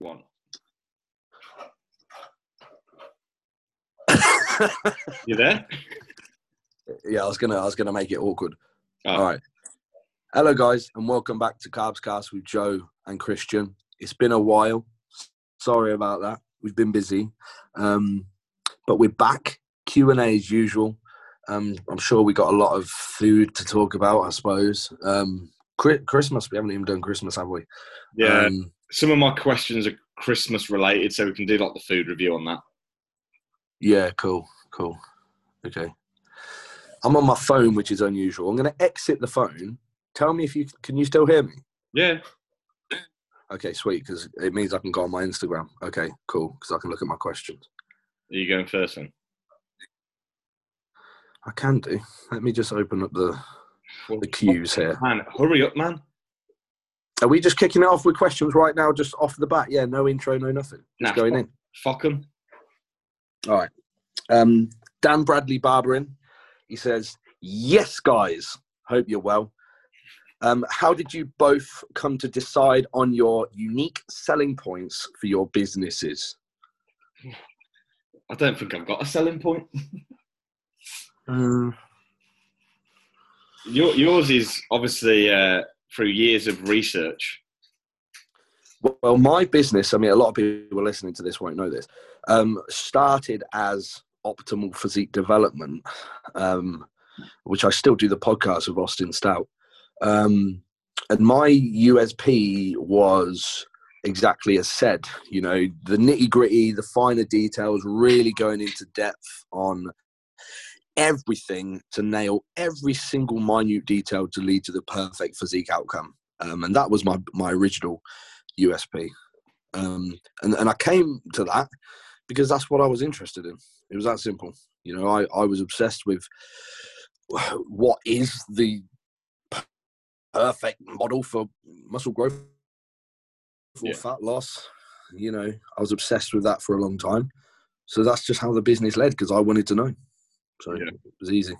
one. you there? Yeah, I was gonna, I was gonna make it awkward. Oh. All right. Hello, guys, and welcome back to Carbs Cast with Joe and Christian. It's been a while. Sorry about that. We've been busy, um, but we're back. Q and A as usual. Um, I'm sure we got a lot of food to talk about. I suppose um, Chri- Christmas. We haven't even done Christmas, have we? Yeah. Um, Some of my questions are Christmas related, so we can do like the food review on that. yeah. Cool. Cool. Okay. I'm on my phone, which is unusual. I'm going to exit the phone. Tell me if you can. You still hear me? Yeah. Okay, sweet, because it means I can go on my Instagram. Okay, cool, because I can look at my questions. Are you going first then? I can do. Let me just open up the, the queues here. Man, hurry up, man. Are we just kicking it off with questions right now, just off the bat? Yeah, no intro, no nothing. Nah, Just going in. Fuck 'em. Um, Dan Bradley Barberin, he says, Yes, guys, hope you're well. Um, how did you both come to decide on your unique selling points for your businesses? I don't think I've got a selling point. Your, yours is obviously uh, through years of research. Well, my business, I mean, a lot of people listening to this won't know this, um, started as Optimal Physique Development, um, which I still do the podcast with Austin Stout. Um, and my USP was exactly as said, you know, the nitty gritty, the finer details, really going into depth on everything to nail every single minute detail to lead to the perfect physique outcome. Um, and that was my, my original USP. Um, and, and I came to that because that's what I was interested in. It was that simple. You know, I, I was obsessed with what is the perfect model for muscle growth or Yeah. fat loss. You know, I was obsessed with that for a long time. So that's just how the business led because I wanted to know. So Yeah. it was easy.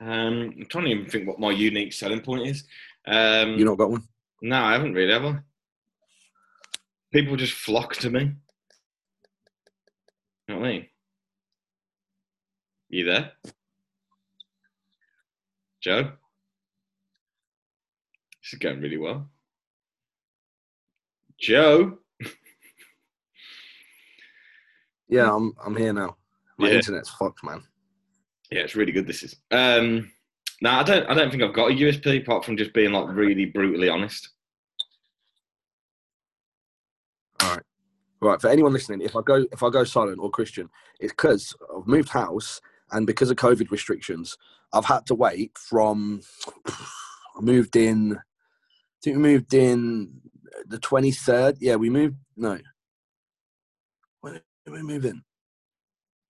Um, I'm trying to even think what my unique selling point is. Um, You not got one? No, I haven't really, have I? People just flock to me. You know what I mean? You there? Joe? This is going really well. Joe? Yeah, I'm I'm here now. My Mm. Yeah. internet's fucked, man. Yeah, it's really good this is. Um no, I don't I don't think I've got a USP apart from just being like really brutally honest. Right, for anyone listening, if I go if I go silent or Christian, it's because I've moved house and because of COVID restrictions, I've had to wait from I moved in I think we moved in the twenty third. Yeah, we moved no. When did we move in?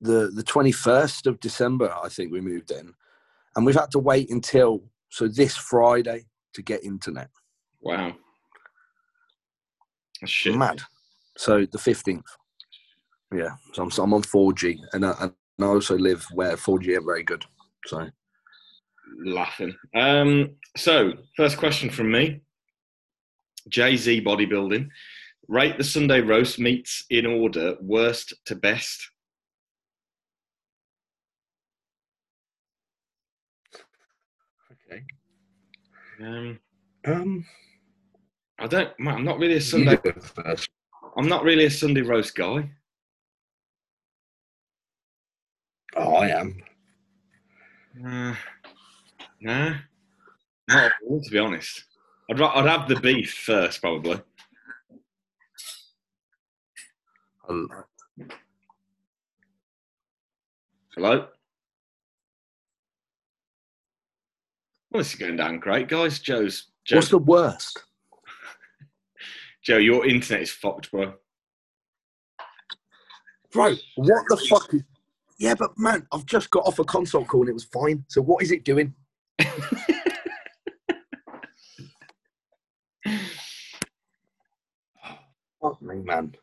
The the twenty first of December, I think we moved in. And we've had to wait until so this Friday to get internet. Wow. That's shit. Mad. So the fifteenth. Yeah. So I'm, so I'm on four G, and I, and I also live where four G ain't very good. So laughing. Um, so, first question from me Jay Z bodybuilding. Rate the Sunday roast meats in order, worst to best. okay. Um, Um. I don't. man, I'm not really a Sunday. I'm not really a Sunday roast guy. Oh, I am. Uh, nah, not at all, to be honest. I'd, ra- I'd have the beef first, probably. Hello. Well, this is going down great, guys. Joe's Joe's What's the worst? Joe, your internet is fucked, bro. Bro, what the fuck? Is, yeah, but man, I've just got off a console call and it was fine. So what is it doing? Fuck me, man.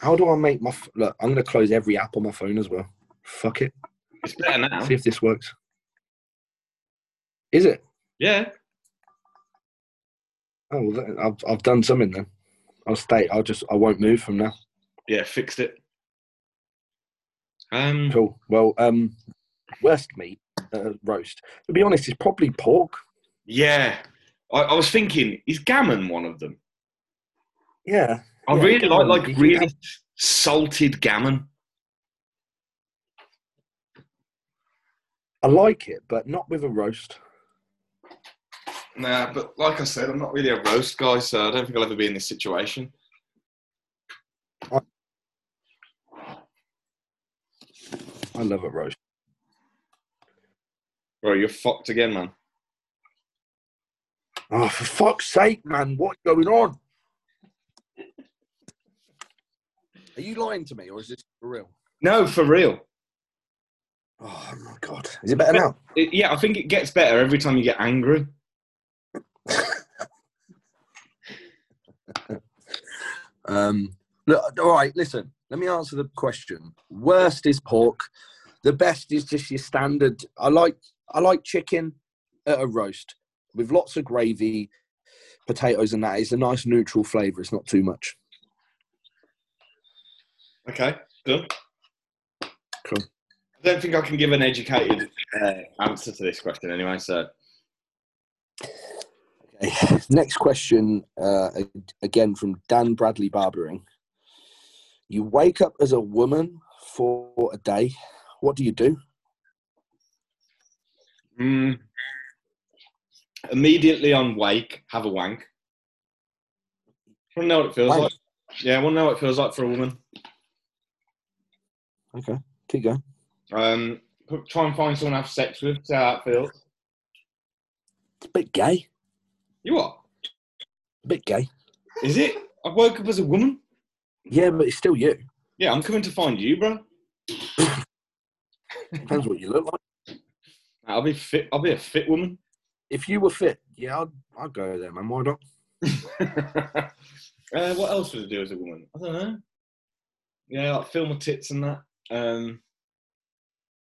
How do I make my f- look? I'm gonna close every app on my phone as well. Fuck it. It's better now. See if this works. Is it? Yeah. Oh, well, then I've I've done something then. I'll stay. I'll just. I won't move from now. Yeah, fixed it. Um, Cool. Well, um, worst meat uh, roast. To be honest, it's probably pork. Yeah, I, I was thinking, is gammon one of them? Yeah. I Yeah, really gammon. like You like can really have- salted gammon. I like it, but not with a roast. Nah, but like I said, I'm not really a roast guy, so I don't think I'll ever be in this situation. I love a roast. Bro, you're fucked again, man. Oh, for fuck's sake, man! What's going on? Are you lying to me, or is this for real? No, for real. Oh my god! Is it better now? It- yeah, I think it gets better every time you get angry. Um, look, all right, listen. Let me answer the question. Worst is pork. The best is just your standard. I like I like chicken at a roast with lots of gravy, potatoes, and that. It's a nice neutral flavour. It's not too much. Okay, done. Cool. I don't think I can give an educated uh, answer to this question anyway, so Okay. Next question, uh, again from Dan Bradley Barbering. You wake up as a woman for a day. What do you do? mm, immediately on wake, have a wank. wanna know what it feels Wank. like. Yeah, I wanna know what it feels like for a woman. Okay, keep going. Um put- try and find someone to have sex with, see how that feels. It's a bit gay. You what? A bit gay. Is it? I woke up as a woman? Yeah, but it's still you. Yeah, I'm coming to find you, bro. Depends what you look like. I'll be fit. I'll be a fit woman. If you were fit, yeah, I'd, I'd go there, man. Why not? uh, what else would I do as a woman? I don't know. Yeah, like film my tits and that. Um,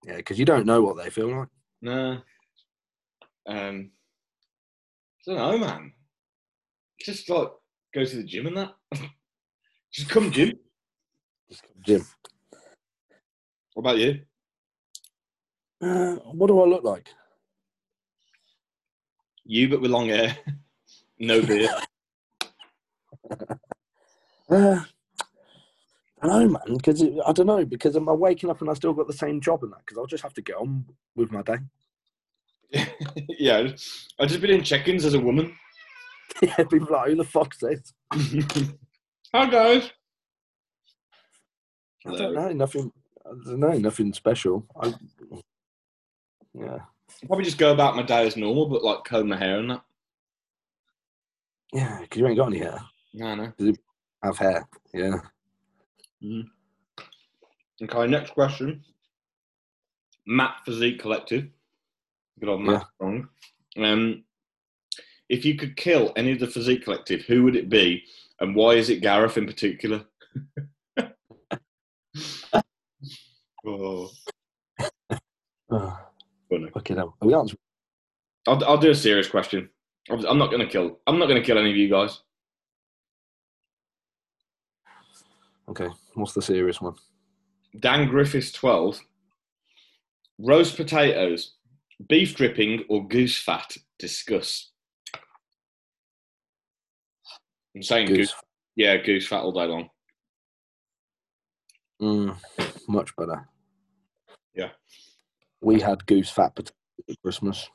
Yeah, because you don't know what they feel like. no. Um, I don't know, man. Just like go to the gym and that. Just come gym. Jim, What about you? uh, what do I look like? You, but with long hair, no beard. Uh, I don't know, man. Because I don't know. Because am I waking up and I still got the same job and that? Because I'll just have to get on with my day. yeah, I've just been in check-ins as a woman. yeah, people are like, who the fuck's this? Hi guys. I don't know. Nothing. I don't know. Nothing special. I, yeah. Probably just go about my day as normal, but like comb my hair and that. Yeah. Because you ain't got any hair. No, no. I have hair. Yeah. Okay, next question. Matt Physique Collective. Good old Matt Strong. Um, if you could kill any of the Physique Collective, who would it be, and why is it Gareth in particular? oh, Oh, funny. fucking hell. Are we answering? I'll, I'll do a serious question. I'm I'm not gonna kill. I'm not gonna kill any of you guys. Okay. What's the serious one? Dan Griffiths 12. Roast potatoes, beef dripping or goose fat? Discuss. I'm saying goose. Goose. Yeah, goose fat all day long. Mm, much better. Yeah. We had goose fat potatoes at Christmas.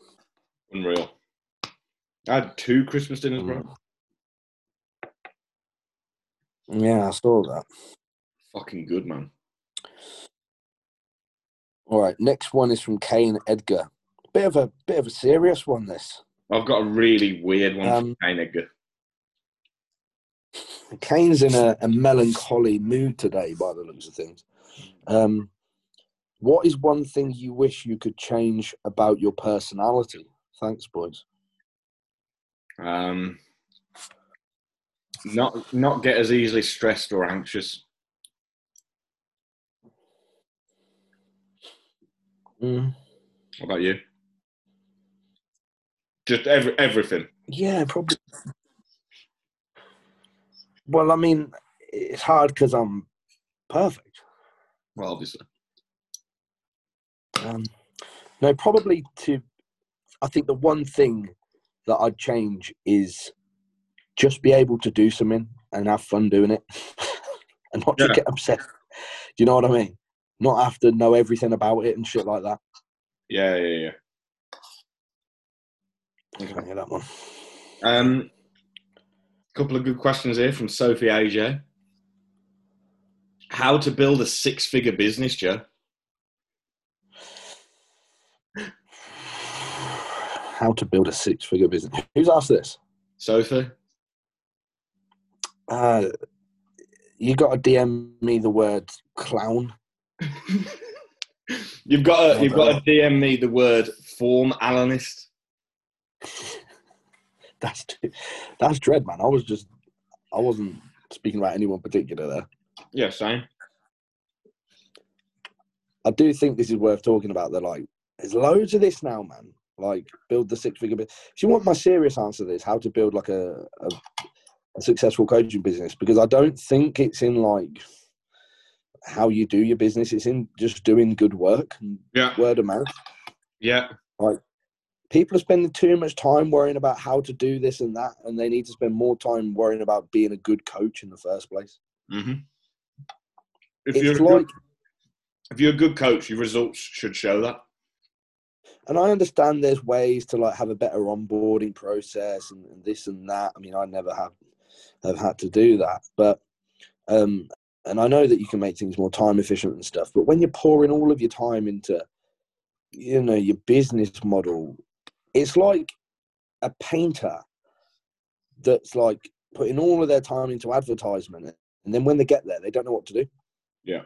Unreal. I had two Christmas dinners, bro. Mm. Yeah, I saw that. Fucking good, man. All right, next one is from Kane Edgar. Bit of a bit of a serious one. This I've got a really weird one Um, for Kane Edgar. Kane's in a, a melancholy mood today, by the looks of things. Um, what is one thing you wish you could change about your personality? Thanks, boys. Um, not not get as easily stressed or anxious. Mm. What about you? Just every, everything. Yeah, probably. Well, I mean, it's hard because I'm perfect. Well, obviously. Um, no, probably to. I think the one thing that I'd change is just be able to do something and have fun doing it, and not Yeah. to get upset. Do you know what I mean? Not have to know everything about it and shit like that. Yeah, yeah, yeah. I can't hear that one. Um, couple of good questions here from Sophie Asia. How to build a six-figure business, Joe? How to build a six-figure business? Who's asked this? Sophie, Uh, you got to DM me the word clown. you've got to, Well you've got to DM me the word form analyst. That's too, that's dread, man. I was just, I wasn't speaking about anyone particular there. Yeah, same. I do think this is worth talking about. They're like, there's loads of this now, man. Like, build the six figure business. If you want my serious answer to this, how to build like a, a, a successful coaching business, because I don't think it's in like how you do your business, it's in just doing good work and Yeah, word of mouth. yeah, People are spending too much time worrying about how to do this and that, and they need to spend more time worrying about being a good coach in the first place. hmm If it's you're a like, good, if you're a good coach, your results should show that. and I understand there's ways to like have a better onboarding process and, and this and that. I mean, I never have have had to do that, but um, and I know that you can make things more time efficient and stuff. But when you're pouring all of your time into, you know, your business model, it's like a painter that's like putting all of their time into advertisement, and then when they get there, they don't know what to do. Yeah.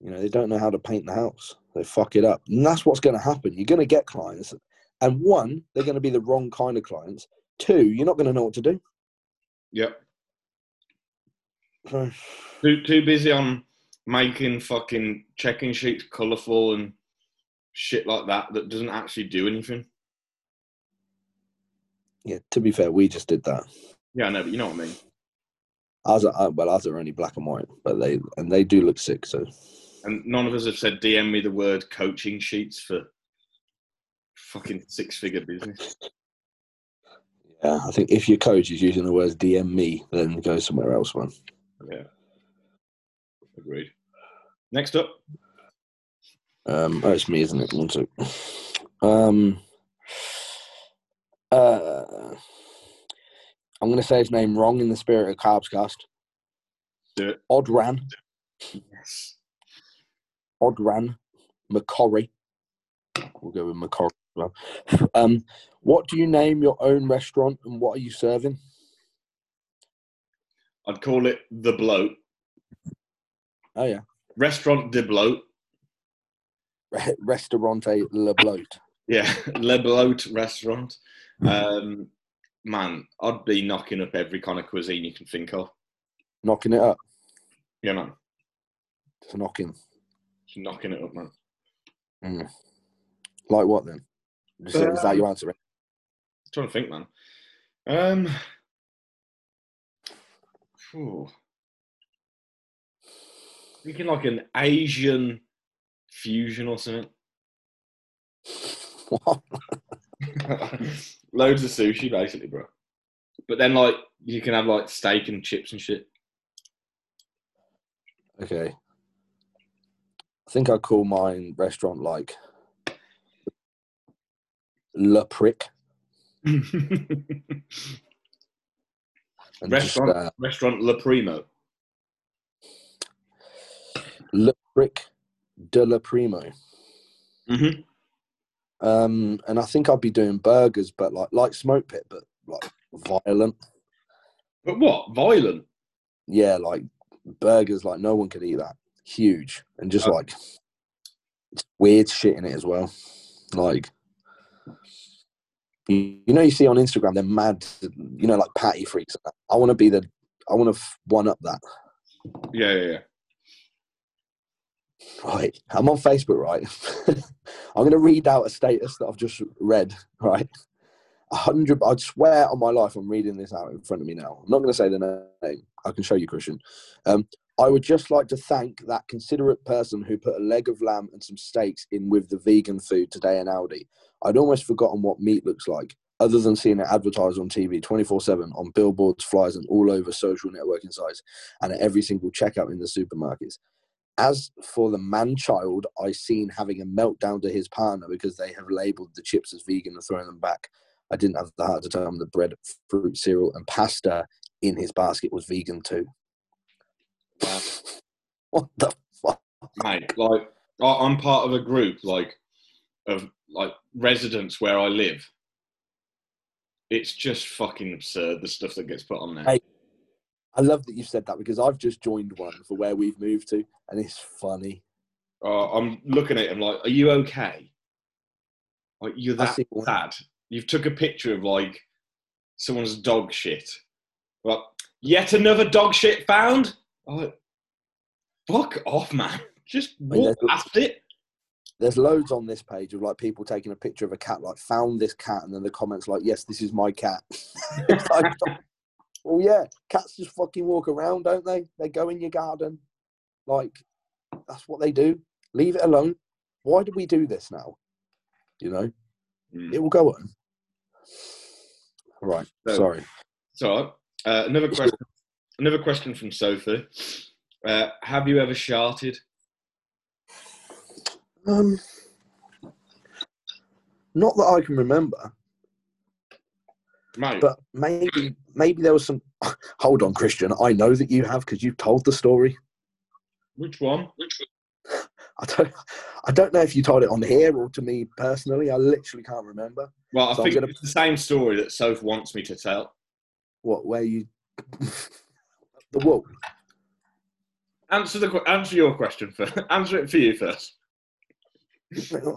You know, they don't know how to paint the house. They fuck it up. And that's what's going to happen. You're going to get clients. And one, they're going to be the wrong kind of clients. Two, you're not going to know what to do. Yep. So, Too too busy on making fucking checking sheets colourful and shit like that that doesn't actually do anything. yeah, to be fair, we just did that. Yeah, I know, but you know what I mean. Ours are, uh, well, ours are only black and white, but they and they do look sick. So And none of us have said DM me the word coaching sheets for fucking six figure business. yeah, I think if your coach is using the words DM me, then go somewhere else, man. Yeah. Agreed. Next up, Um, oh, it's me, isn't it? One sec. Um, uh, I'm going to say his name wrong in the spirit of Carbscast. Do it. Odran, yes. Odran, McCorry. We'll go with McCorry. as well. Um, what do you name your own restaurant and what are you serving? I'd call it the bloat. Oh yeah, Restaurant de bloat. Re- Restaurante Le Bloat. Yeah, Le Bloat restaurant. Um, man, I'd be knocking up every kind of cuisine you can think of. Knocking it up, Yeah, man. it's knocking. Just knocking it up, man. Like what then? Is, it- is that your answer? trying to think, man. Um, phew. thinking like an Asian fusion or something. What? Loads of sushi, basically, bro. But then, like, you can have like steak and chips and shit. Okay. I think I call mine restaurant like Le Prick. and just, restaurant, uh, restaurant La Primo. Le Prick de La Primo. Mhm. Um, and I think I'd be doing burgers, but like like Smoke Pit, but like violent. But what? Violent. Yeah, like burgers, like no one could eat that. Huge and just Oh. like weird shit in it as well. Like you you know, you see on Instagram, they're mad. You know, like patty freaks. and that. I want to be the. I want to f- one up that. Yeah, yeah, yeah. Right. I'm on Facebook, right? I'm going to read out a status that I've just read, right? A hundred. I'd swear on my life, I'm reading this out in front of me now. I'm not going to say the name. I can show you, Christian. Um, I would just like to thank that considerate person who put a leg of lamb and some steaks in with the vegan food today in Aldi. I'd almost forgotten what meat looks like, other than seeing it advertised on TV 24 7 on billboards, flyers, and all over social networking sites and at every single checkout in the supermarkets. As for the man child, I seen having a meltdown to his partner because they have labeled the chips as vegan and thrown them back. I didn't have the heart to tell him the bread, fruit, cereal, and pasta in his basket was vegan too. Wow. What the fuck? mate. Like I- I'm part of a group like of like residents where I live. It's just fucking absurd the stuff that gets put on there. Hey. I love that you said that because I've just joined one for where we've moved to, and it's funny. Uh, I'm looking at him like, are you okay? Like you're I that see one. sad. You've took a picture of like someone's dog shit. Like yet another dog shit found. I'm Like, fuck off, man. Just mean, walk that's- past it. There's loads on this page of like people taking a picture of a cat, like found this cat, and then the comments like, "Yes, this is my cat." it's like, well, yeah, cats just fucking walk around, don't they? They go in your garden, like that's what they do. Leave it alone. Why do we do this now? You know, Mm. it will go on. Right. So- Sorry. So, uh, another question. Another question from Sophie. Uh, have you ever sharted? Um, not that I can remember, Mate, but maybe maybe there was some. Hold on, Christian. I know that you have because you've told the story. which one? I don't. I don't know if you told it on here or to me personally. I literally can't remember Well, I So I'm think gonna- it's the same story that Soph wants me to tell. what where you. the wall. Answer the que- answer your question first. answer it for you first.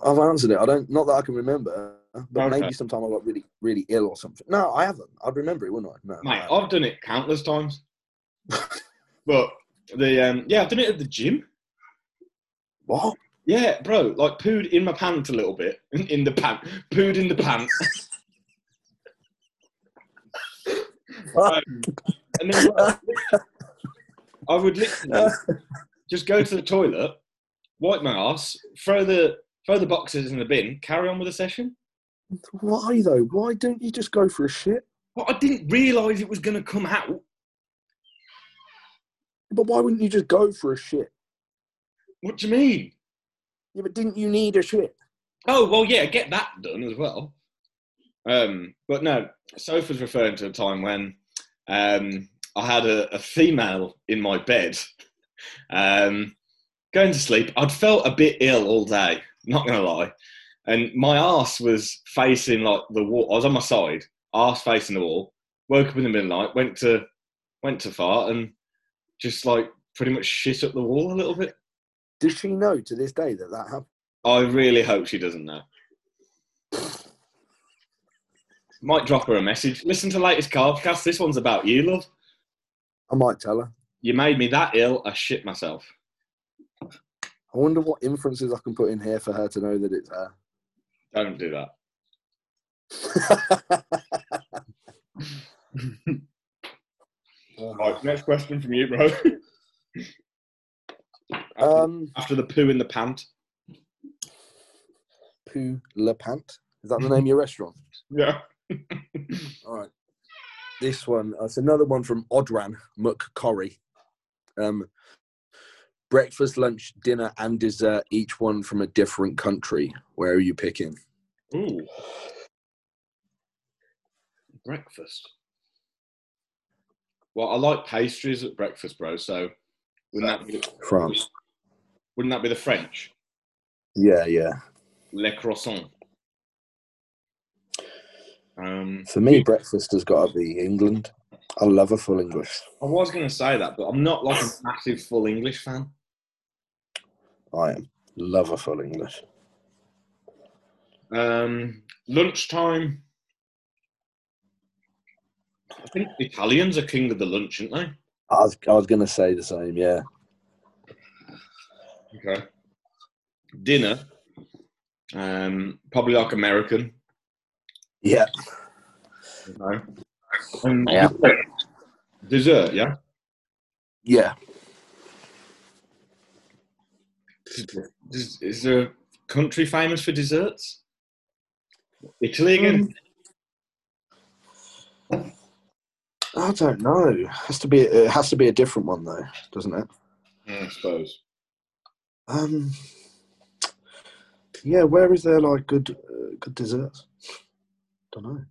I've answered it. I don't. Not that I can remember. But Okay. maybe sometime I got really, really ill or something. No, I haven't. I'd remember it, wouldn't I? No. I Mate, haven't. I've done it countless times. but the um, yeah, I've done it at the gym. What? Yeah, bro, like pooed in my pants a little bit. In, in the pant, pooed in the pants. Um, and then like, I would literally just go to the toilet, wipe my ass, throw the throw the boxes in the bin, carry on with the session. Why though? Why don't you just go for a shit? But I didn't realise it was going to come out. But why wouldn't you just go for a shit? What do you mean? Yeah, but didn't you need a shit? Oh well, yeah, get that done as well. Um, but no, Soph was referring to a time when um, I had a, a female in my bed, um, going to sleep. I'd felt a bit ill all day, not gonna lie, and my ass was facing like the wall. I was on my side, ass facing the wall. Woke up in the middle of the night, went to went to fart, and just like pretty much shit up the wall a little bit. Does she know to this day that that happened? I really hope she doesn't know. Might drop her a message. Listen to latest podcast. This one's about you, love. I might tell her. You made me that ill. I shit myself. I wonder what inferences I can put in here for her to know that it's her. Don't do that. Right, next question from you, bro. after, um, after the poo in the pant. Poo Le Pant. Is that the name of your restaurant? Yeah. All right. This one, uh, it's another one from Odran McCorry. Um, breakfast, lunch, dinner, and dessert, each one from a different country. Where are you picking? Ooh. Breakfast. Well, I like pastries at breakfast, bro. So wouldn't that be, France. wouldn't that be the French? Yeah, yeah. Le croissant. Um, For me, breakfast has got to be England. I love a full English. I was going to say that, but I'm not like a massive full English fan. I am. Love a full English. Um, lunchtime. I think Italians are king of the lunch, aren't they? I was, I was going to say the same, yeah. Okay. Dinner. Um, probably like American. Yeah. No. Um, Yeah. Dessert, yeah? Yeah. Is, is there a country famous for desserts? Italy again? I don't know. Has to be. It has to be a different one though, doesn't it? Yeah, I suppose. Um. Yeah. Where is there like good, uh, good desserts? Don't know.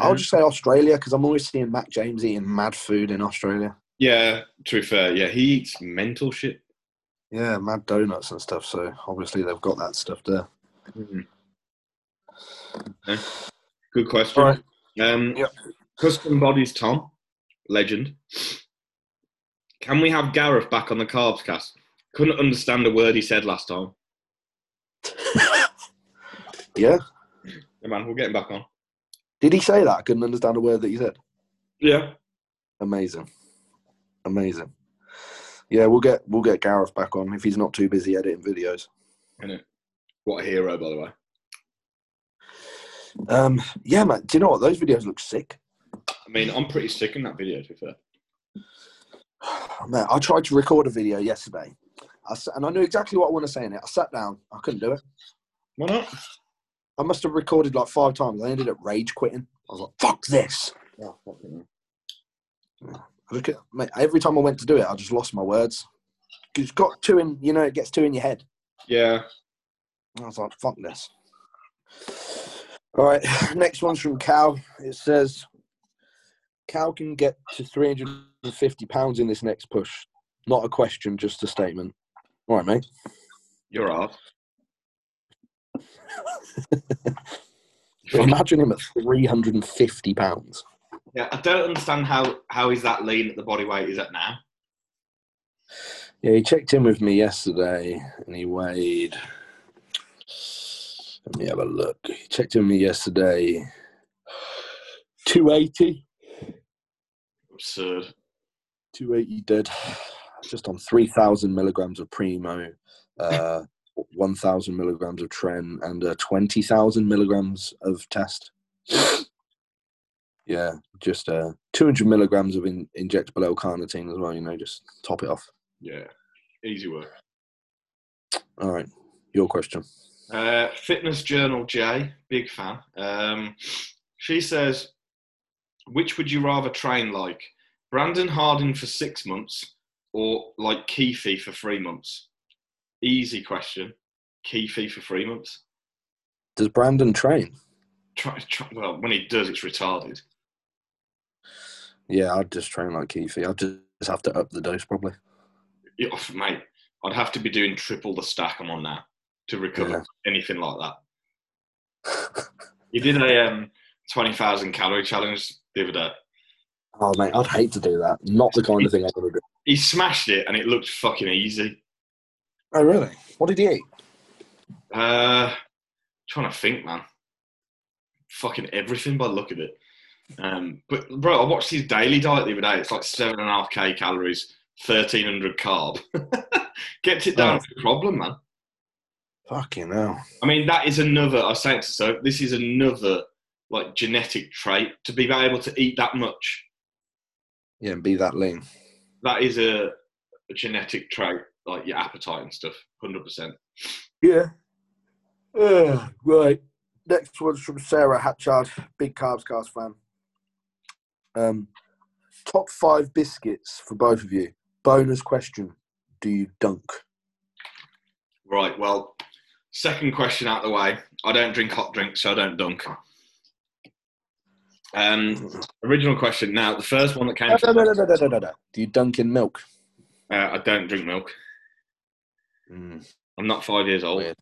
I'll just say Australia because I'm always seeing Mac James eating mad food in Australia. Yeah, to be fair, yeah, he eats mental shit. Yeah, mad donuts and stuff. So obviously they've got that stuff there. Okay. Good question. All right. Um, Yep. Custom bodies, Tom, legend. Can we have Gareth back on the carbs cast? Couldn't understand a word he said last time. Yeah. Yeah, man, we'll get him back on. Did he say that? I couldn't understand a word that he said. Yeah. Amazing, amazing. Yeah, we'll get we'll get Gareth back on if he's not too busy editing videos. What a hero, by the way. Um, yeah, man. Do you know what? Those videos look sick. I mean, I'm pretty sick in that video, to be fair. Man, I tried to record a video yesterday, I s and I knew exactly what I want to say in it. I sat down, I couldn't do it. Why not? I must have recorded like five times. I ended up rage quitting. I was like, "Fuck this!" I just, couldn't- mate, every time I went to do it, I just lost my words. 'Cause It's got two in, you know, it gets two in your head. Yeah. I was like, fuck this. All right, next one's from Cal. It says, Cal can get to 350 pounds in this next push. Not a question, just a statement. All right, mate. You're off. But imagine him at 350 pounds. Yeah, I don't understand how how he's that lean at the body weight he's at now. Yeah, he checked in with me yesterday and he weighed. Let me have a look. He checked in with me yesterday. 280. Absurd. 280 dead, just on 3,000 milligrams of Primo, uh, 1,000 milligrams of Tren, and uh, 20,000 milligrams of Test. Yeah, just uh, 200 milligrams of in- injectable L-carnitine as well, you know, just top it off. Yeah. Easy work. All right, your question. Uh, Fitness Journal J, big fan. Um, she says, which would you rather train like? Brandon Hardin for six months or like Keefe for three months? Easy question. Keefe for three months. Does Brandon train? Try, try, well, when he does, it's retarded. Yeah, I'd just train like Keefe. I'd just have to up the dose probably. Yeah, oh, mate, I'd have to be doing triple the stack I'm on now to recover Yeah. anything like that. you did a um, 20,000 calorie challenge the other day. Oh, mate, I'd hate to do that. Not the kind of thing I want to do. He smashed it and it looked fucking easy. Oh, really? What did he eat? Uh, trying to think, man. Fucking everything by the look of it. Um, but bro, I watched his daily diet the other day. It's like seven and a half k calories, thirteen hundred carb. Gets it down. Oh. to a problem, man. Fucking hell. I mean, that is another. I say it to so. This is another like genetic trait to be able to eat that much. Yeah, and be that lean. That is a, a genetic trait, like your appetite and stuff. Hundred percent. Yeah. Uh, right. Next one's from Sarah Hatchard, big carbs cast fan. Um, top five biscuits for both of you. Bonus question: Do you dunk? Right. Well, second question out the way. I don't drink hot drinks, so I don't dunk. Um, original question. Now, the first one that came. No, to- no, no, no, no, no, no, no. Do you dunk in milk? Uh, I don't drink milk. Mm, I'm not five years old. Weird.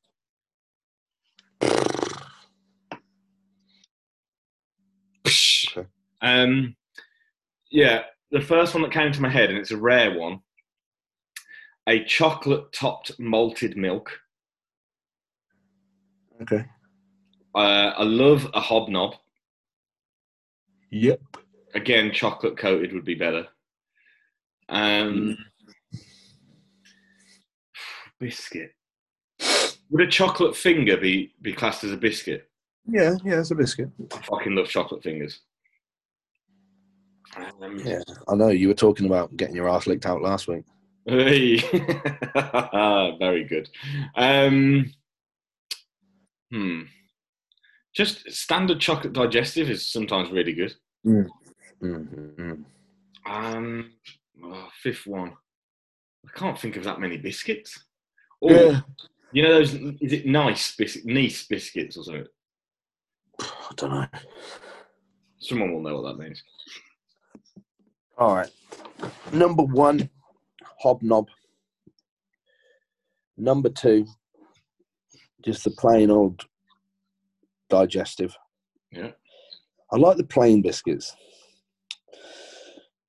Psh. Okay. Um, yeah, the first one that came to my head, and it's a rare one a chocolate topped malted milk. okay. Uh, I love a hobnob. Yep. Again, chocolate coated would be better. Um, biscuit. Would a chocolate finger be, be classed as a biscuit? Yeah, yeah, it's a biscuit. I fucking love chocolate fingers. Um, Yeah, I know. You were talking about getting your ass licked out last week. Hey. Very good. Um, hmm. Just standard chocolate digestive is sometimes really good. Mm-hmm. Um, oh, fifth one. I can't think of that many biscuits. Or, Yeah, you know those? Is it nice biscuit? Nice biscuits or something? I don't know. Someone will know what that means. All right. Number one, hobnob. Number two, just the plain old digestive. Yeah. I like the plain biscuits.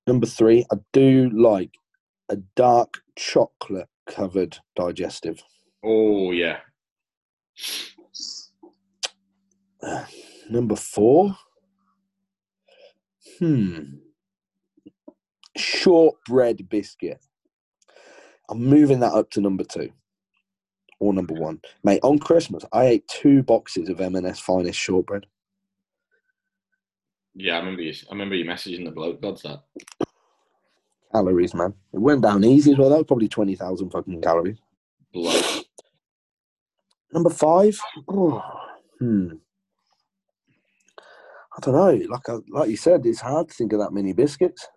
Number three, I do like a dark chocolate covered digestive. Oh yeah. Uh, number four, hmm, shortbread biscuit. I'm moving that up to number two or number one, mate. On Christmas, I ate two boxes of M&S finest shortbread. Yeah, I remember you. I remember you messaging the bloke. God's that. Calories, man. It went down easy as well. That was probably twenty thousand fucking calories. Bloke. Number five. Oh, hmm. I don't know. Like I, like you said, it's hard to think of that many biscuits.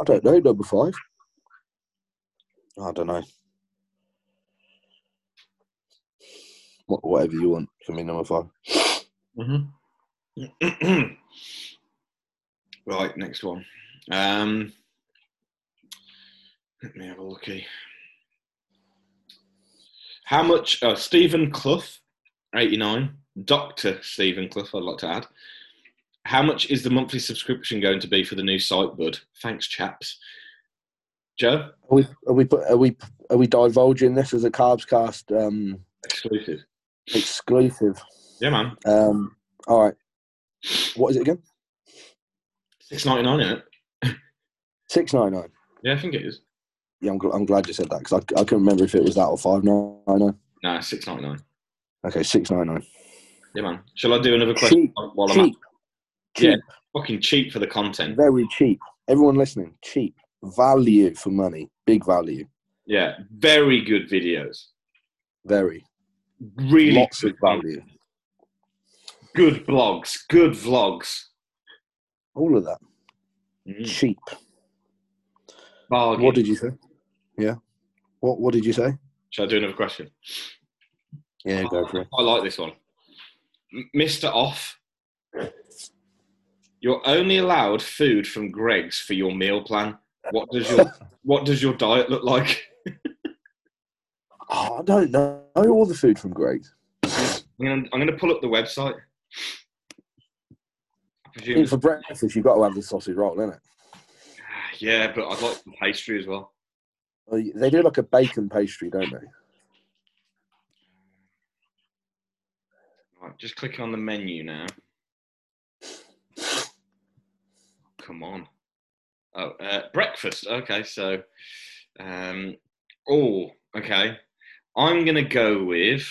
I don't know. Number five. I don't know. Wha- Whatever you want for me, number five. Mm-hmm. right, next one. Um, let me have a looky. How much? Uh, Stephen Clough, 89. Dr. Stephen Clough, I'd like to add. How much is the monthly subscription going to be for the new site, bud? Thanks, chaps. Joe? Are we are we put- are we are we divulging this as a carbs cast um, Exclusive. exclusive? Yeah, man. Um, all right. What is it again? Six ninety nine in it. Six nine nine. Yeah, I think it is. Yeah, I'm, gl- I'm glad you said that because I, c- I couldn't remember if it was that or five nine nine. Nah, six ninety nine. Okay, six nine nine. Yeah, man. Shall I do another question Cheap. while I'm at Cheap, cheap, fucking cheap for the content. very cheap. Everyone listening, cheap value for money, big value, Yeah, very good videos. very Really lots good, of value. good blogs, good vlogs. Mm, All of that cheap. Bargain. What did you say? Yeah. What What did you say? Shall I do another question? Yeah, go for it. I like this one. M- Mr. Off, you're only allowed food from Greg's for your meal plan. What does your what does your diet look like? Oh, I don't know all the food from Greg's. I'm gonna, I'm gonna pull up the website. I I presume mean, it's- for breakfast, you've got to have the sausage roll, innit? yeah, but I'd like some pastry as well. Well, y- They do like a bacon pastry, don't they? Right, just clicking on the menu now. Come on. Oh, uh, breakfast. Okay, so, um, oh, okay. I'm gonna go with.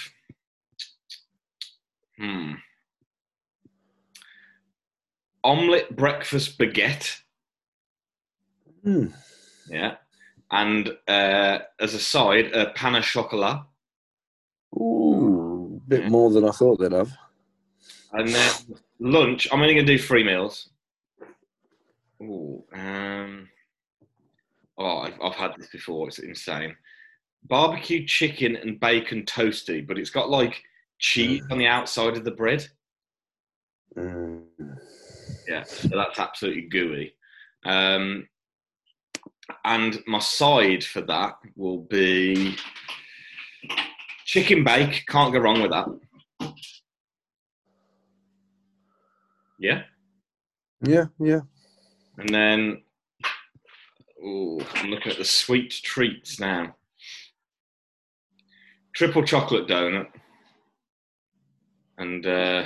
Hmm. Omelette, breakfast, baguette. Hmm. Yeah, and uh, as a side, a pan au chocolat, Ooh, bit more than I thought they'd have. and then lunch. I'm only gonna do three meals. Ooh, um, oh, I've, I've had this before. It's insane. Barbecue chicken and bacon toasty, but it's got like cheese on the outside of the bread. Mm. Yeah, so that's absolutely gooey. Um, and my side for that will be chicken bake. Can't go wrong with that. Yeah, Yeah, yeah. and then ooh, I'm looking at the sweet treats now. Triple chocolate donut and uh,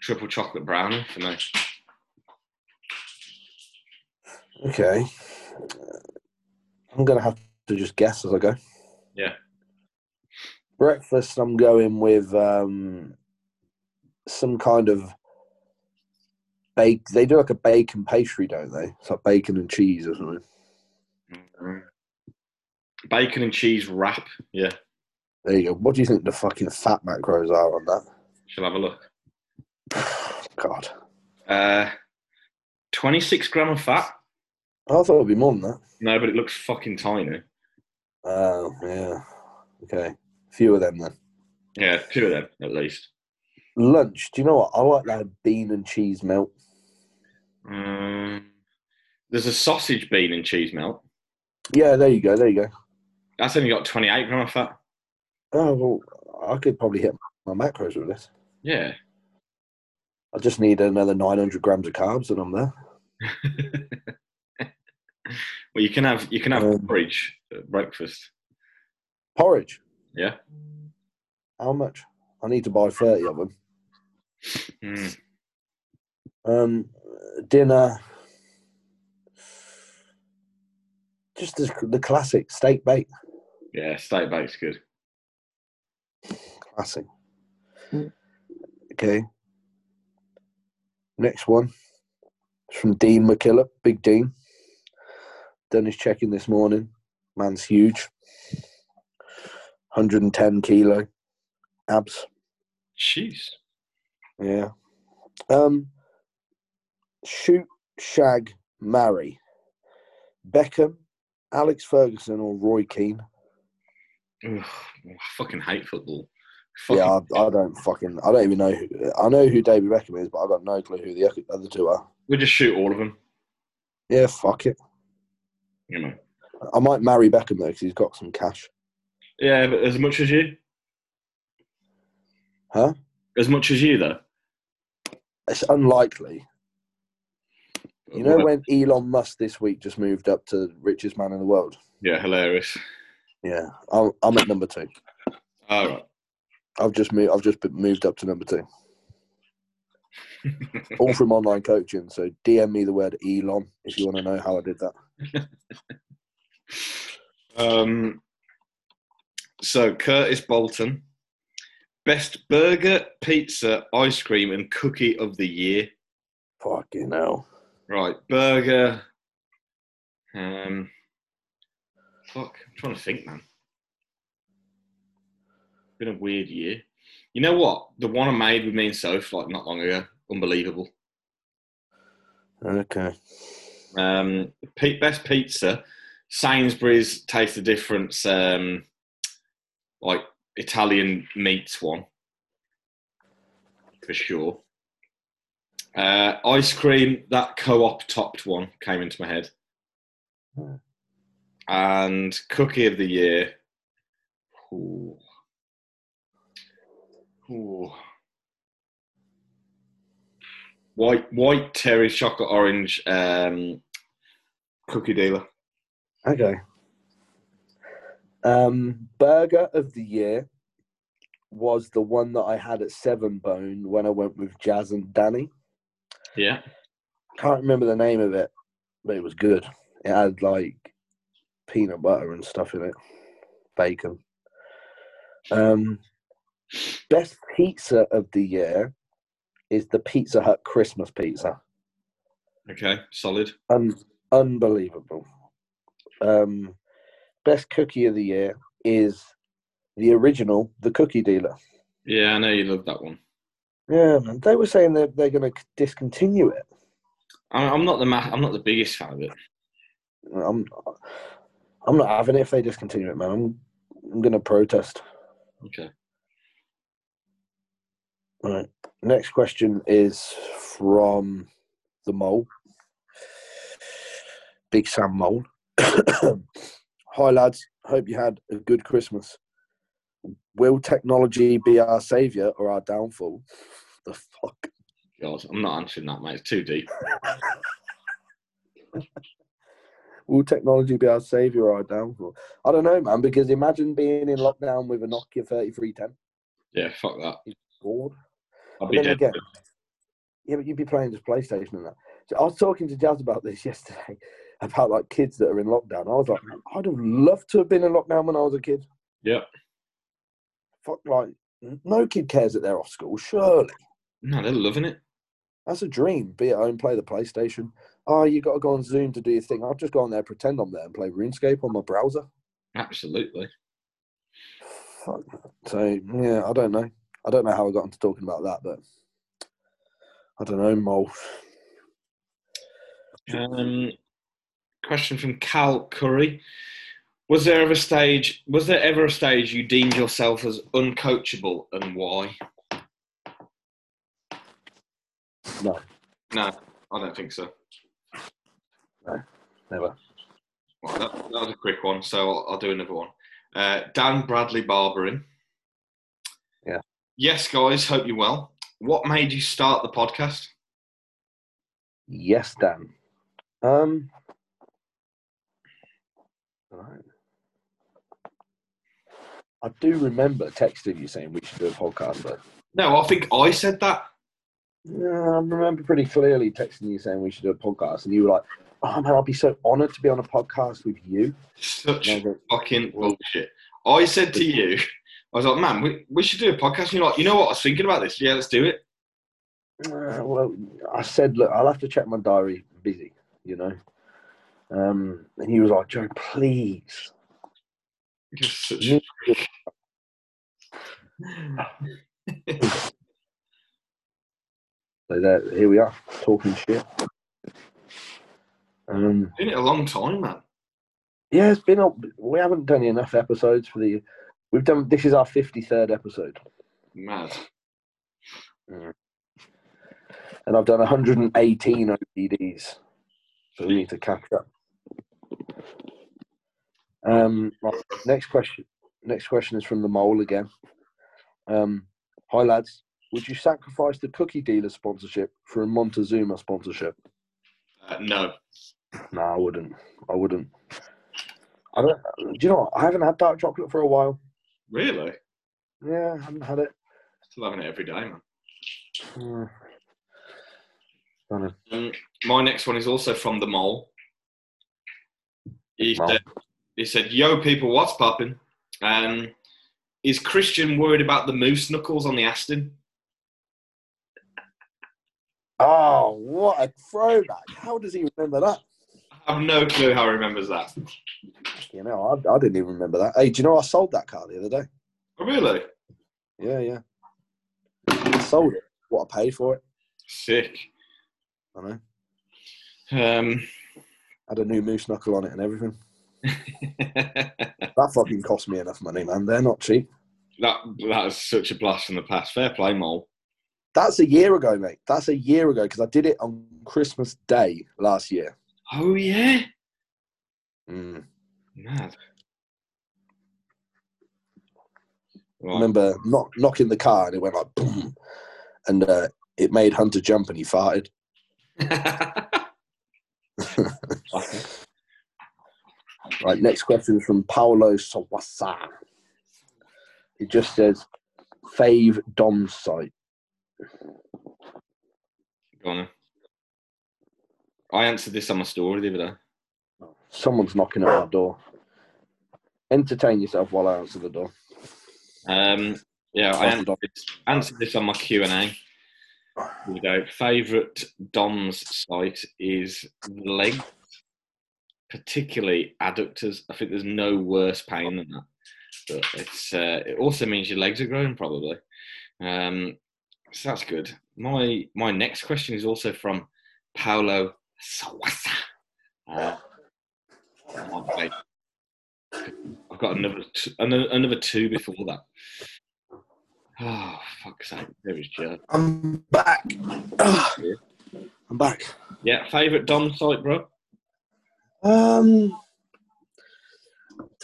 triple chocolate brownie for me. Okay. I'm gonna have to just guess as I go. Yeah. breakfast, I'm going with um, some kind of bake. They do like a bacon pastry, don't they? It's like bacon and cheese or something. Bacon and cheese wrap. Yeah, There you go. What do you think the fucking fat macros are on that? shall have a look. God, Uh, 26 gram of fat. I thought it'd be more than that. No, but it looks fucking tiny. Oh yeah. Okay. Few of them then. Yeah, two of them at least. Lunch. Do you know what? I like that bean and cheese melt. Um, there's a sausage bean and cheese melt. Yeah, there you go. There you go. That's only got 28 gram of fat. Oh, well, I could probably hit my macros with this. Yeah. I just need another 900 grams of carbs and I'm there. Well, you can have you can have Um, porridge at breakfast. Porridge. Yeah. How much? I need to buy 30 of them. Mm. Um, dinner. Just the, the classic steak bake. Yeah, steak bake's good. Classic. Mm. Okay. Next one. It's from Dean McKillop. Big Dean. Done his checking this morning. Man's huge. 110 kilo. Abs. Jeez. Yeah. Um, shoot, shag, marry. Beckham, Alex Ferguson, or Roy Keane? Ugh, I fucking hate football. Fucking, Yeah, I, I don't fucking. I don't even know. Who, I know who David Beckham is, but I've got no clue who the oth- other two are. We'll just shoot all of them. Yeah, fuck it. You know. I might marry Beckham though because he's got some cash. Yeah, but as much as you. Huh? As much as you, though. It's unlikely. You know when Elon Musk this week just moved up to richest man in the world? Yeah, hilarious. Yeah, I'm, I'm at number two. All right. I've just moved. I've just been moved up to number two. all from online coaching. So DM me the word Elon if you want to know how I did that. Um, so Curtis Bolton, best burger, pizza, ice cream, and cookie of the year. Fucking hell. Right, burger. Um, fuck, I'm trying to think, man. Been a weird year. You know what? The one I made with me and Soph like not long ago, unbelievable. Okay. Um, pe- best pizza, Sainsbury's Taste the Difference, um, like Italian meats one for sure. Uh, ice cream, that co-op topped one came into my head. Hmm. And cookie of the year. Ooh. Ooh. White white terry chocolate orange um, cookie dealer. Okay. Um, burger of the year was the one that I had at Seven Bone when I went with Jazz and Danny. Yeah. Can't remember the name of it, but it was good. It had like peanut butter and stuff in it, bacon. Um, best pizza of the year is the Pizza Hut Christmas pizza. Okay. Solid. Un- unbelievable. Um, best cookie of the year is the original, the cookie dealer. Yeah, I know you love that one. Yeah, man. They were saying that they're going to discontinue it. I- I'm not the ma- I'm not the biggest fan of it. I'm, I'm not having it if they discontinue it, man. I'm, I'm going to protest. Okay. All right. Next question is from the mole, Big Sam Mole. Hi, lads. Hope you had a good Christmas. Will technology be our saviour or our downfall? The fuck? God, I'm not answering that, mate. It's too deep. Will technology be our saviour or our downfall? I don't know, man, because imagine being in lockdown with a Nokia 3310. Yeah, fuck that. Bored. I'll But be then dead. again, yeah, but you'd be playing just PlayStation and that. So I was talking to Jazz about this yesterday, about like kids that are in lockdown. I was like, I'd have loved to have been in lockdown when I was a kid. Yeah. Fuck, like no kid cares that they're off school. Surely No, they're loving it. that's a dream. Be at home, play the PlayStation. Oh, you got to go on Zoom to do your thing. I'll just go on there, pretend I'm there, and play RuneScape on my browser. Absolutely. Fuck. So yeah, I don't know. I don't know how I got into talking about that, but I don't know, Mole. Um, question from Cal Curry: Was there ever a stage? Was there ever a stage you deemed yourself as uncoachable, and why? No. No, I don't think so. Never. Well, that, that was a quick one, so I'll, I'll do another one. Uh, Dan Bradley Barbering. Yeah. Yes, guys. Hope you're well. What made you start the podcast? Yes, Dan. Um. alright. I do remember texting you saying we should do a podcast, but No, I think I said that. yeah, I remember pretty clearly texting you saying we should do a podcast, and you were like, "Oh man, I'd be so honoured to be on a podcast with you." Such And I go, fucking bullshit. I said to you, I was like, man, we, we should do a podcast. And you're like, you know what? I was thinking about this. Yeah, let's do it. Uh, well, I said, look, I'll have to check my diary. Busy, you know. Um, and he was like, Joe, please. Just such a prick. So there, here we are, talking shit. Um, Been it a long time, man. yeah, it's been. A, we haven't done enough episodes for the. We've done. This is our fifty-third episode, Mad. and I've done one hundred and eighteen OPDs. So we need to catch up. Um, right, next question. Next question is from the mole again. Um, hi lads, would you sacrifice the cookie dealer sponsorship for a Montezuma sponsorship? Uh, no. No, I wouldn't. I wouldn't. I don't. Do you know? What? I haven't had dark chocolate for a while. Really? Yeah, I haven't had it. Still having it every day, man. Mm. Um, my next one is also from the mole. He Mole. said, "He said, yo, people, what's popping? Um, is Christian worried about the moose knuckles on the Aston? Oh, what a throwback! How does he remember that? I have no clue how he remembers that. You know, I, I didn't even remember that. Hey, do you know I sold that car the other day? Oh, really? Yeah, yeah. I sold it. What I paid for it. Sick. I know. Um, Had a new moose knuckle on it and everything. That fucking cost me enough money, man. They're not cheap. That that is such a blast from the past. Fair play, Mole. That's a year ago, mate. That's a year ago because I did it on Christmas Day last year. Oh yeah, Mm. mad. I Right. remember knock, knocking the car and it went like boom, and uh, it made Hunter jump and he farted. Right, next question is from Paolo Sawasa. It just says, "Fave Dom site." Go on then. I answered this on my story the other day. Someone's knocking at our door. Entertain yourself while I answer the door. Um, yeah, I answered this, answered this on my Q and A. Here we go. Favorite Dom's site is the leg, particularly adductors. I think there's no worse pain than that. But it's uh, it also means your legs are growing probably. Um, so that's good. My my next question is also from Paolo Sawasa. Uh, I've got another t- another another two before that. Oh fuck's sake! There is Joe. I'm back. I'm back. Yeah, favourite Dom site, bro. Um,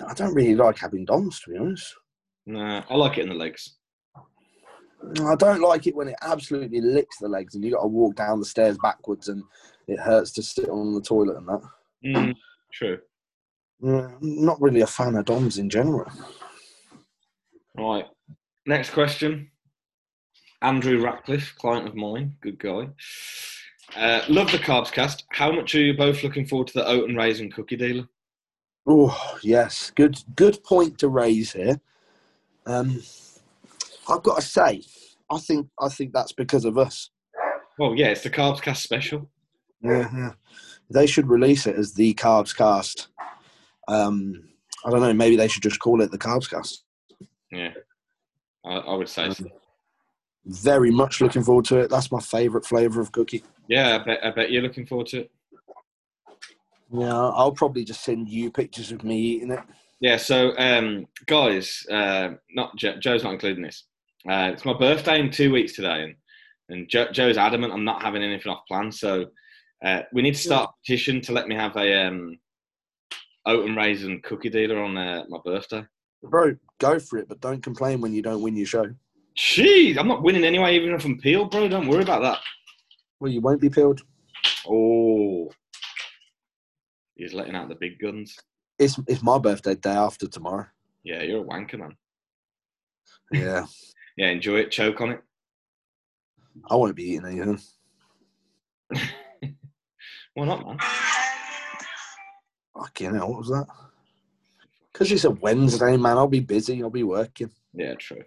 I don't really like having Doms to be honest. Nah, I like it in the legs. I don't like it when it absolutely licks the legs and you got to walk down the stairs backwards and it hurts to sit on the toilet and that. Mm, true. Yeah, I'm not really a fan of DOMs in general. Right. Next question. Andrew Ratcliffe, client of mine, good guy. Uh, love the carbs cast. How much are you both looking forward to the oat and raisin cookie dealer? Oh yes, good good point to raise here. Um, I've got to say, I think I think that's because of us. Well, yeah, it's the Carbs Cast special. Yeah, they should release it as the Carbs Cast. Um, I don't know. Maybe they should just call it the Carbs Cast. Yeah, I, I would say. Um, so. Very much looking forward to it. That's my favourite flavour of cookie. Yeah, I bet, I bet you're looking forward to it. Yeah, I'll probably just send you pictures of me eating it. Yeah, so um, guys, uh, not jo- Joe's not including this. Uh, it's my birthday in two weeks today, and and jo- Joe's adamant I'm not having anything off plan. So uh, we need to start a petition to let me have a um, oat and raisin cookie dealer on uh, my birthday. Bro, go for it, but don't complain when you don't win your show. Jeez, I'm not winning anyway, even if I'm peeled, bro. Don't worry about that. Well, you won't be peeled. Oh, he's letting out the big guns. It's it's my birthday day after tomorrow. Yeah, you're a wanker, man. Yeah, Yeah, enjoy it. Choke on it. I won't be eating anything. Why not, man? Fucking hell, what was that? Because it's a Wednesday, man. I'll be busy. I'll be working. Yeah, true.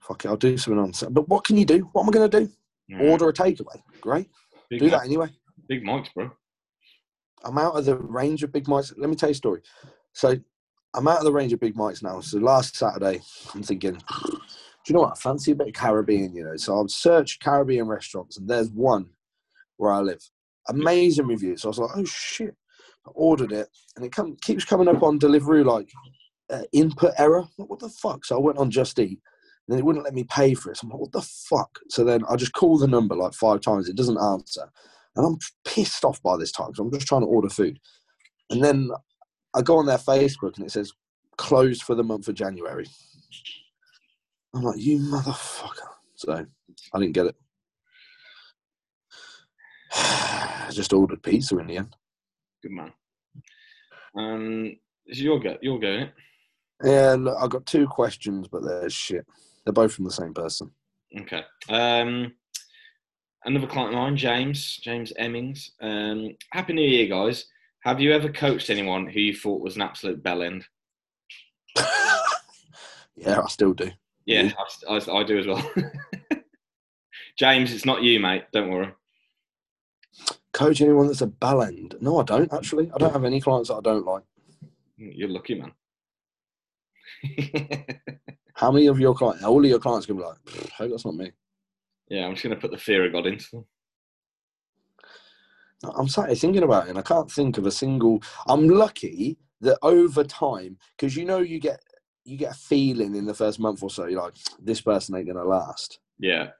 Fuck it, I'll do something on Saturday. But what can you do? What am I going to do? Yeah. Order a takeaway. Great. Big, Do mi- that anyway. big mics, bro. I'm out of the range of big mics. Let me tell you a story. So I'm out of the range of big mics now. So last Saturday, I'm thinking, do you know what? I fancy a bit of Caribbean, you know. So I've searched Caribbean restaurants, and there's one where I live. Amazing reviews. So I was like, oh shit. I ordered it, and it come, keeps coming up on delivery like uh, input error. What, what the fuck? So I went on Just Eat, and it wouldn't let me pay for it. So I'm like, what the fuck? So then I just call the number like five times. It doesn't answer and I'm pissed off by this time because I'm just trying to order food. And then I go on their Facebook and it says closed for the month of January. I'm like, you motherfucker. So I didn't get it. I just ordered pizza in the end. Good man. Um, it's your go. You're going it. Yeah, look, I got two questions, but they're shit. They're both from the same person. Okay. Um, another client of mine, James, James Emmings. Um, Happy New Year, guys. Have you ever coached anyone who you thought was an absolute bell end? Yeah, I still do. Yeah, I, I, I do as well. James, it's not you, mate. Don't worry. Coach anyone that's a bell end? No, I don't actually. I don't have any clients that I don't like. You're lucky, man. How many of your clients, all of your clients can be like, "Pfft, hope that's not me. yeah, I'm just going to put the fear of God into them. I'm sat here thinking about it and I can't think of a single. I'm lucky that over time, because you know, you get you get a feeling in the first month or so, you're like, this person ain't gonna last. Yeah,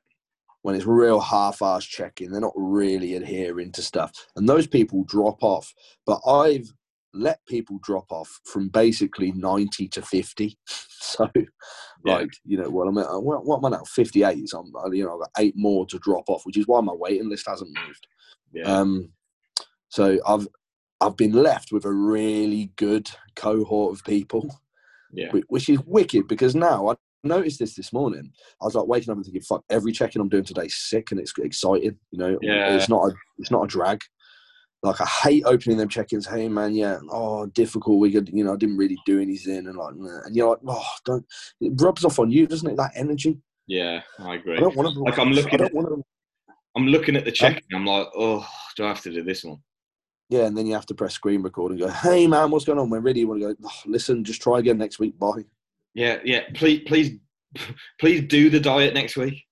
When it's real half-ass checking, they're not really adhering to stuff, and those people drop off. But I've let people drop off from basically 90 to 50. So, Yeah. like, you know, well, I'm at, what, what am I now? 58. So I'm, you know, I've got eight more to drop off, which is why my waiting list hasn't moved. yeah. Um, so I've I've been left with a really good cohort of people, Yeah. whi- which is wicked because now I noticed this this morning. I was like waking up and thinking, "Fuck, every check-in I'm doing today is sick and it's exciting." You know, Yeah. it's not a it's not a drag. Like I hate opening them check-ins. Hey man, yeah, oh difficult. We could, you know, I didn't really do anything, and like, nah. and you're like, oh, don't. It rubs off on you, doesn't it? That energy. yeah, I agree. I don't want to. Like, I'm looking I don't at- want to I'm looking at the check and I'm like, oh, do I have to do this one? Yeah, and then you have to press screen record and go, "Hey man, what's going on?" When really you want to go, "Oh, "Listen, just try again next week." Bye. Yeah, yeah. Please, please, please do the diet next week.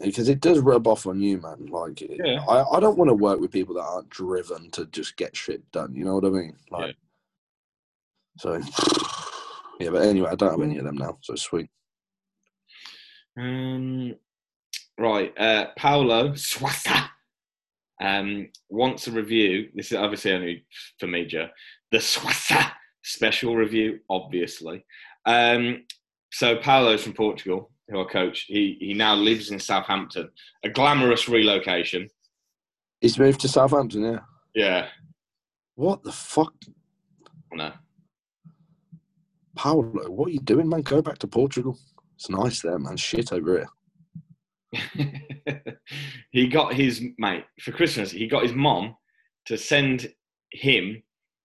Because it does rub off on you, man. Like, it- Yeah. I, I don't want to work with people that aren't driven to just get shit done. You know what I mean? Like, so yeah. But anyway, I don't have any of them now, so sweet. Um, right, uh, Paolo Swasta um, wants a review. This is obviously only for me, Joe. The Swasta special review, obviously. Um, so Paolo's from Portugal, who I coach. He he now lives in Southampton, a glamorous relocation. He's moved to Southampton. Yeah. Yeah, What the fuck, I know. Paolo? What are you doing, man? Go back to Portugal. It's nice there, man. Shit over here. he got his mate for Christmas. He got his mom to send him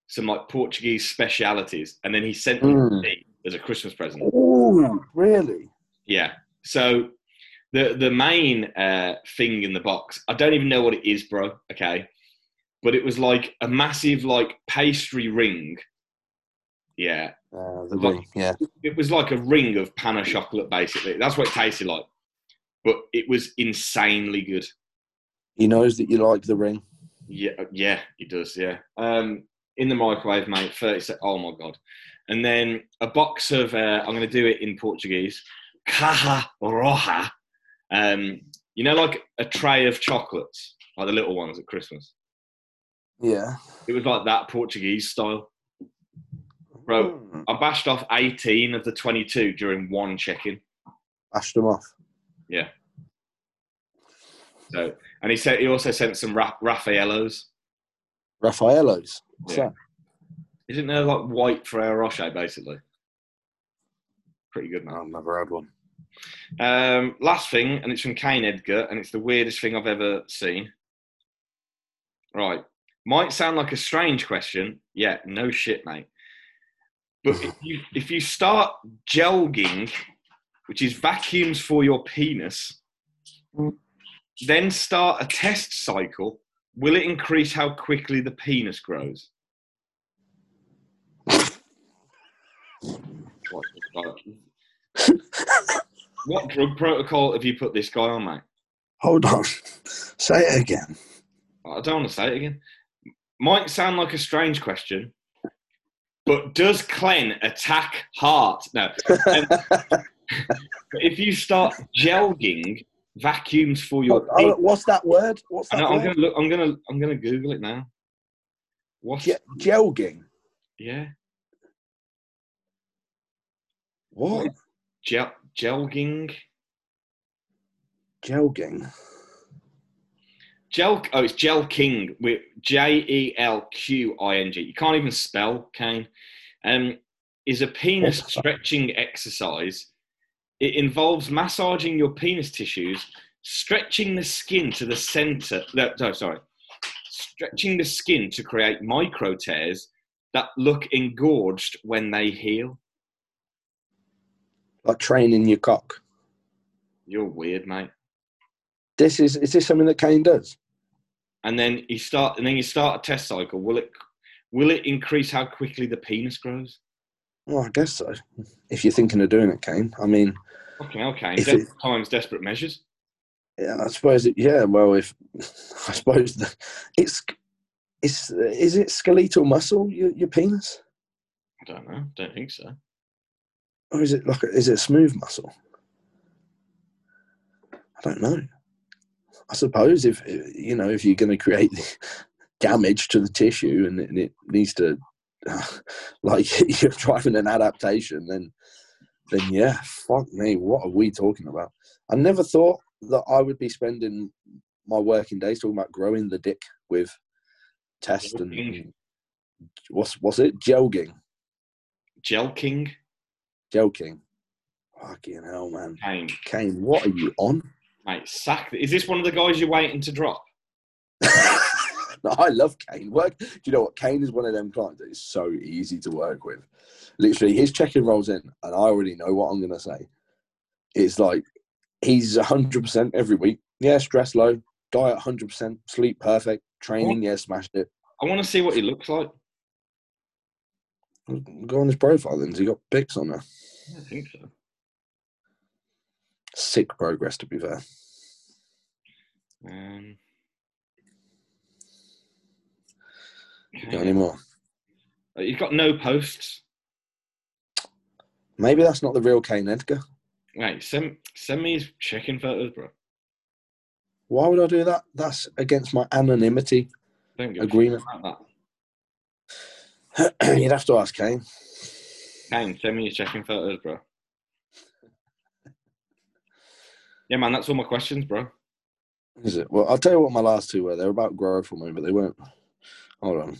some like Portuguese specialities, and then he sent them to Mm. me as a Christmas present. Oh, really? Yeah. So the the main uh, thing in the box, I don't even know what it is, bro. Okay, but it was like a massive like pastry ring. Yeah, Uh, the ring, yeah. it was like a ring of panna chocolate, basically. That's what it tasted like, but it was insanely good. He knows that you like the ring. Yeah, uh, yeah, it does. Yeah, um, in the microwave, mate. Thirty. sec- Oh my god! And then a box of. Uh, I'm going to do it in Portuguese. Caja roja. Um, you know, like a tray of chocolates, like the little ones at Christmas. Yeah. It was like that Portuguese style. Bro, Hmm. I bashed off 18 of the 22 during one check-in. Ashed them off. So, and he said he also sent some Ra- Raffaellos. Raffaello's. What's Yeah. that? Isn't there like white Ferrero Rocher, basically? Pretty good, man. No, I've never had one. Um, last thing, and it's from Kane Edgar, and it's the weirdest thing I've ever seen. Right. Might sound like a strange question. Yeah, no shit, mate. But if you, if you start jelging, which is vacuums for your penis, then start a test cycle, will it increase how quickly the penis grows? What the fuck? What drug protocol have you put this guy on, mate? Hold on. Say it again. I don't want to say it again. Might sound like a strange question, but does Clen attack heart? No. Um, if you start gelging vacuums for your Oh, oh, what's that word? What's I that know, I'm word? gonna look. I'm gonna. I'm gonna Google it now. What? Yeah. Ge- gelging. What? Gel gelging. Gelging. Gel. Oh, it's Gel King with J E L Q I N G. You can't even spell Kane. Um, is a penis stretching exercise. It involves massaging your penis tissues, stretching the skin to the center. No, no, sorry, stretching the skin to create micro tears that look engorged when they heal. Like training your cock. You're weird, mate. This is is this something that Kane does? And then you start, and then you start a test cycle. Will it? Will it increase how quickly the penis grows? Well, I guess so. If you're thinking of doing it, Kane. I mean, Fucking hell, Kane. If Desperate it- times, desperate measures. yeah, I suppose. It, yeah. Well, if I suppose the, it's it's is it skeletal muscle your, your penis I don't know. Don't think so. or is it like a, is it a smooth muscle? I don't know. I suppose if you know if you're going to create damage to the tissue and it, and it needs to like you're driving an adaptation, then then yeah, fuck me, what are we talking about? I never thought that I would be spending my working days talking about growing the dick with test and Gelking. what's what's it gelging Gel King. gelking. Fucking hell, man. Kane. Kane, what are you on? Mate, sack. Is this one of the guys you're waiting to drop? No, I love Kane. Work. Do you know what? Kane is one of them clients that is so easy to work with. Literally, his check-in rolls in, and I already know what I'm going to say. It's like he's 100% every week. Yeah, stress low, diet 100%, sleep perfect, training, yeah, smashed it. I want to see what he looks like. Go on his profile then. Has he got pics on there? I don't think so. Sick progress, to be fair. Um, Got okay. any more? Uh, You've got no posts. Maybe that's not the real Kane Edgar. Mate, send, send me his chicken photos, bro. Why would I do that? That's against my anonymity Don't give a agreement. shit about You'd have to ask Kane. that. Kane, send me your chicken photos, bro. Yeah, man, that's all my questions, bro. Is it? Well, I'll tell you what my last two were. They were about growth for me, but they weren't. Hold on.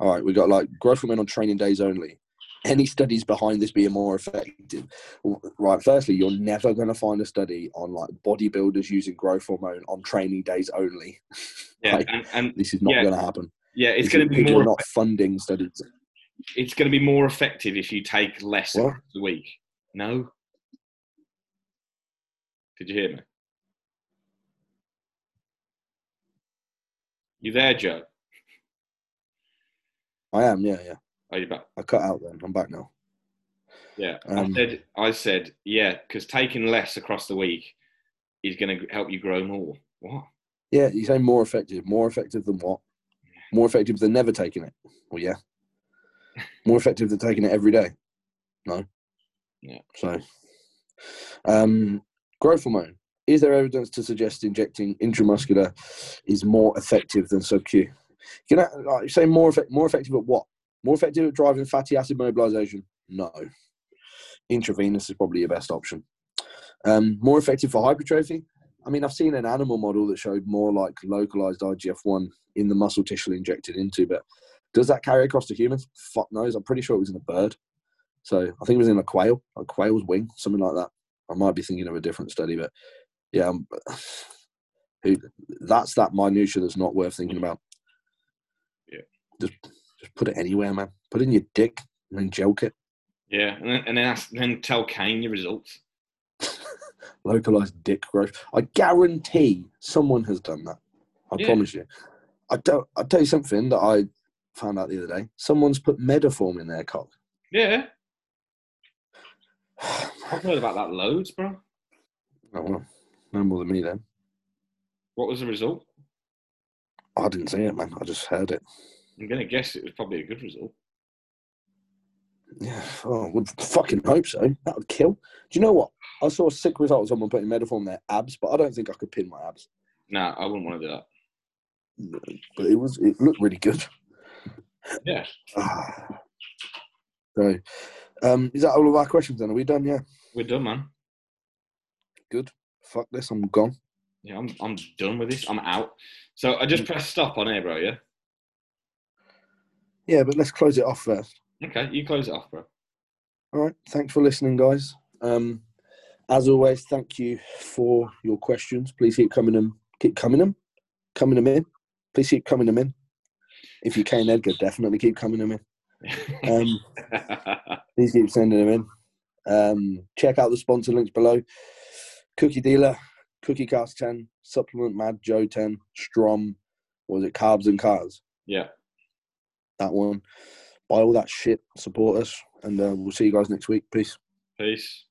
All right, we got like growth for men on training days only. Any studies behind this being more effective? W- Right, firstly, you're never going to find a study on like bodybuilders using growth hormone on training days only. Yeah, Like, and, and this is not Yeah. going to happen. yeah, it's If going you- to be if You're more. not funding studies. it's going to be more effective if you take less What? across the week. No. Did you hear me? You there, Joe? I am, yeah, yeah. Are you back? I cut out then. I'm back now. Yeah. I Um, said, I said, yeah, because taking less across the week is going to help you grow more. What? Yeah, you say more effective. More effective than what? More effective than never taking it. Well, yeah. More effective than taking it every day. No. Yeah. So, um, growth hormone. Is there evidence to suggest injecting intramuscular is more effective than sub Q? You know, like you say more effect, more effective at what? More effective at driving fatty acid mobilization? No. Intravenous is probably your best option. Um, more effective for hypertrophy? I mean, I've seen an animal model that showed more like localized IGF 1 in the muscle tissue injected into, but does that carry across to humans? Fuck knows. I'm pretty sure it was in a bird. So I think it was in a quail, a quail's wing, something like that. I might be thinking of a different study, but yeah, um, who, that's that minutia that's not worth thinking about. Yeah. Just, just put it anywhere, man. Put it in your dick and then joke it. Yeah, and then, and then, ask, then tell Kane your results. localized dick growth. I guarantee someone has done that. I Yeah. promise you. I don't. I tell you something that I found out the other day. Someone's put Medaform in their cock. Yeah, I've heard about that loads, bro. Oh well, no more than me then. What was the result? I didn't see it, man. I just heard it. I'm going to guess it was probably a good result. Yeah. Oh, I would fucking hope so. That would kill. Do you know what? I saw sick results. of Someone putting Medaform in their abs, but I don't think I could pin my abs. No, I wouldn't want to do that. But it was. It looked really good. Yeah. Ah. so, um, is that all of our questions? Then are we done? Yeah. We're done, man. Good. Fuck this. I'm gone. Yeah, I'm, I'm done with this. I'm out. So I just press stop on here, bro. Yeah. Yeah, but let's close it off first. Okay, you close it off, bro. All right. Thanks for listening, guys. Um, as always, thank you for your questions. Please keep coming them, keep coming them, coming them in. Please keep coming them in. If you can, Edgar, definitely keep coming them in. Um, please keep sending them in. Um, check out the sponsor links below. Cookie Dealer, Cookie Cast 10, Supplement Mad Joe 10, Strom, what was it, Carbs and Cars? yeah. That one. Buy all that shit, support us, and uh, we'll see you guys next week. Peace. Peace.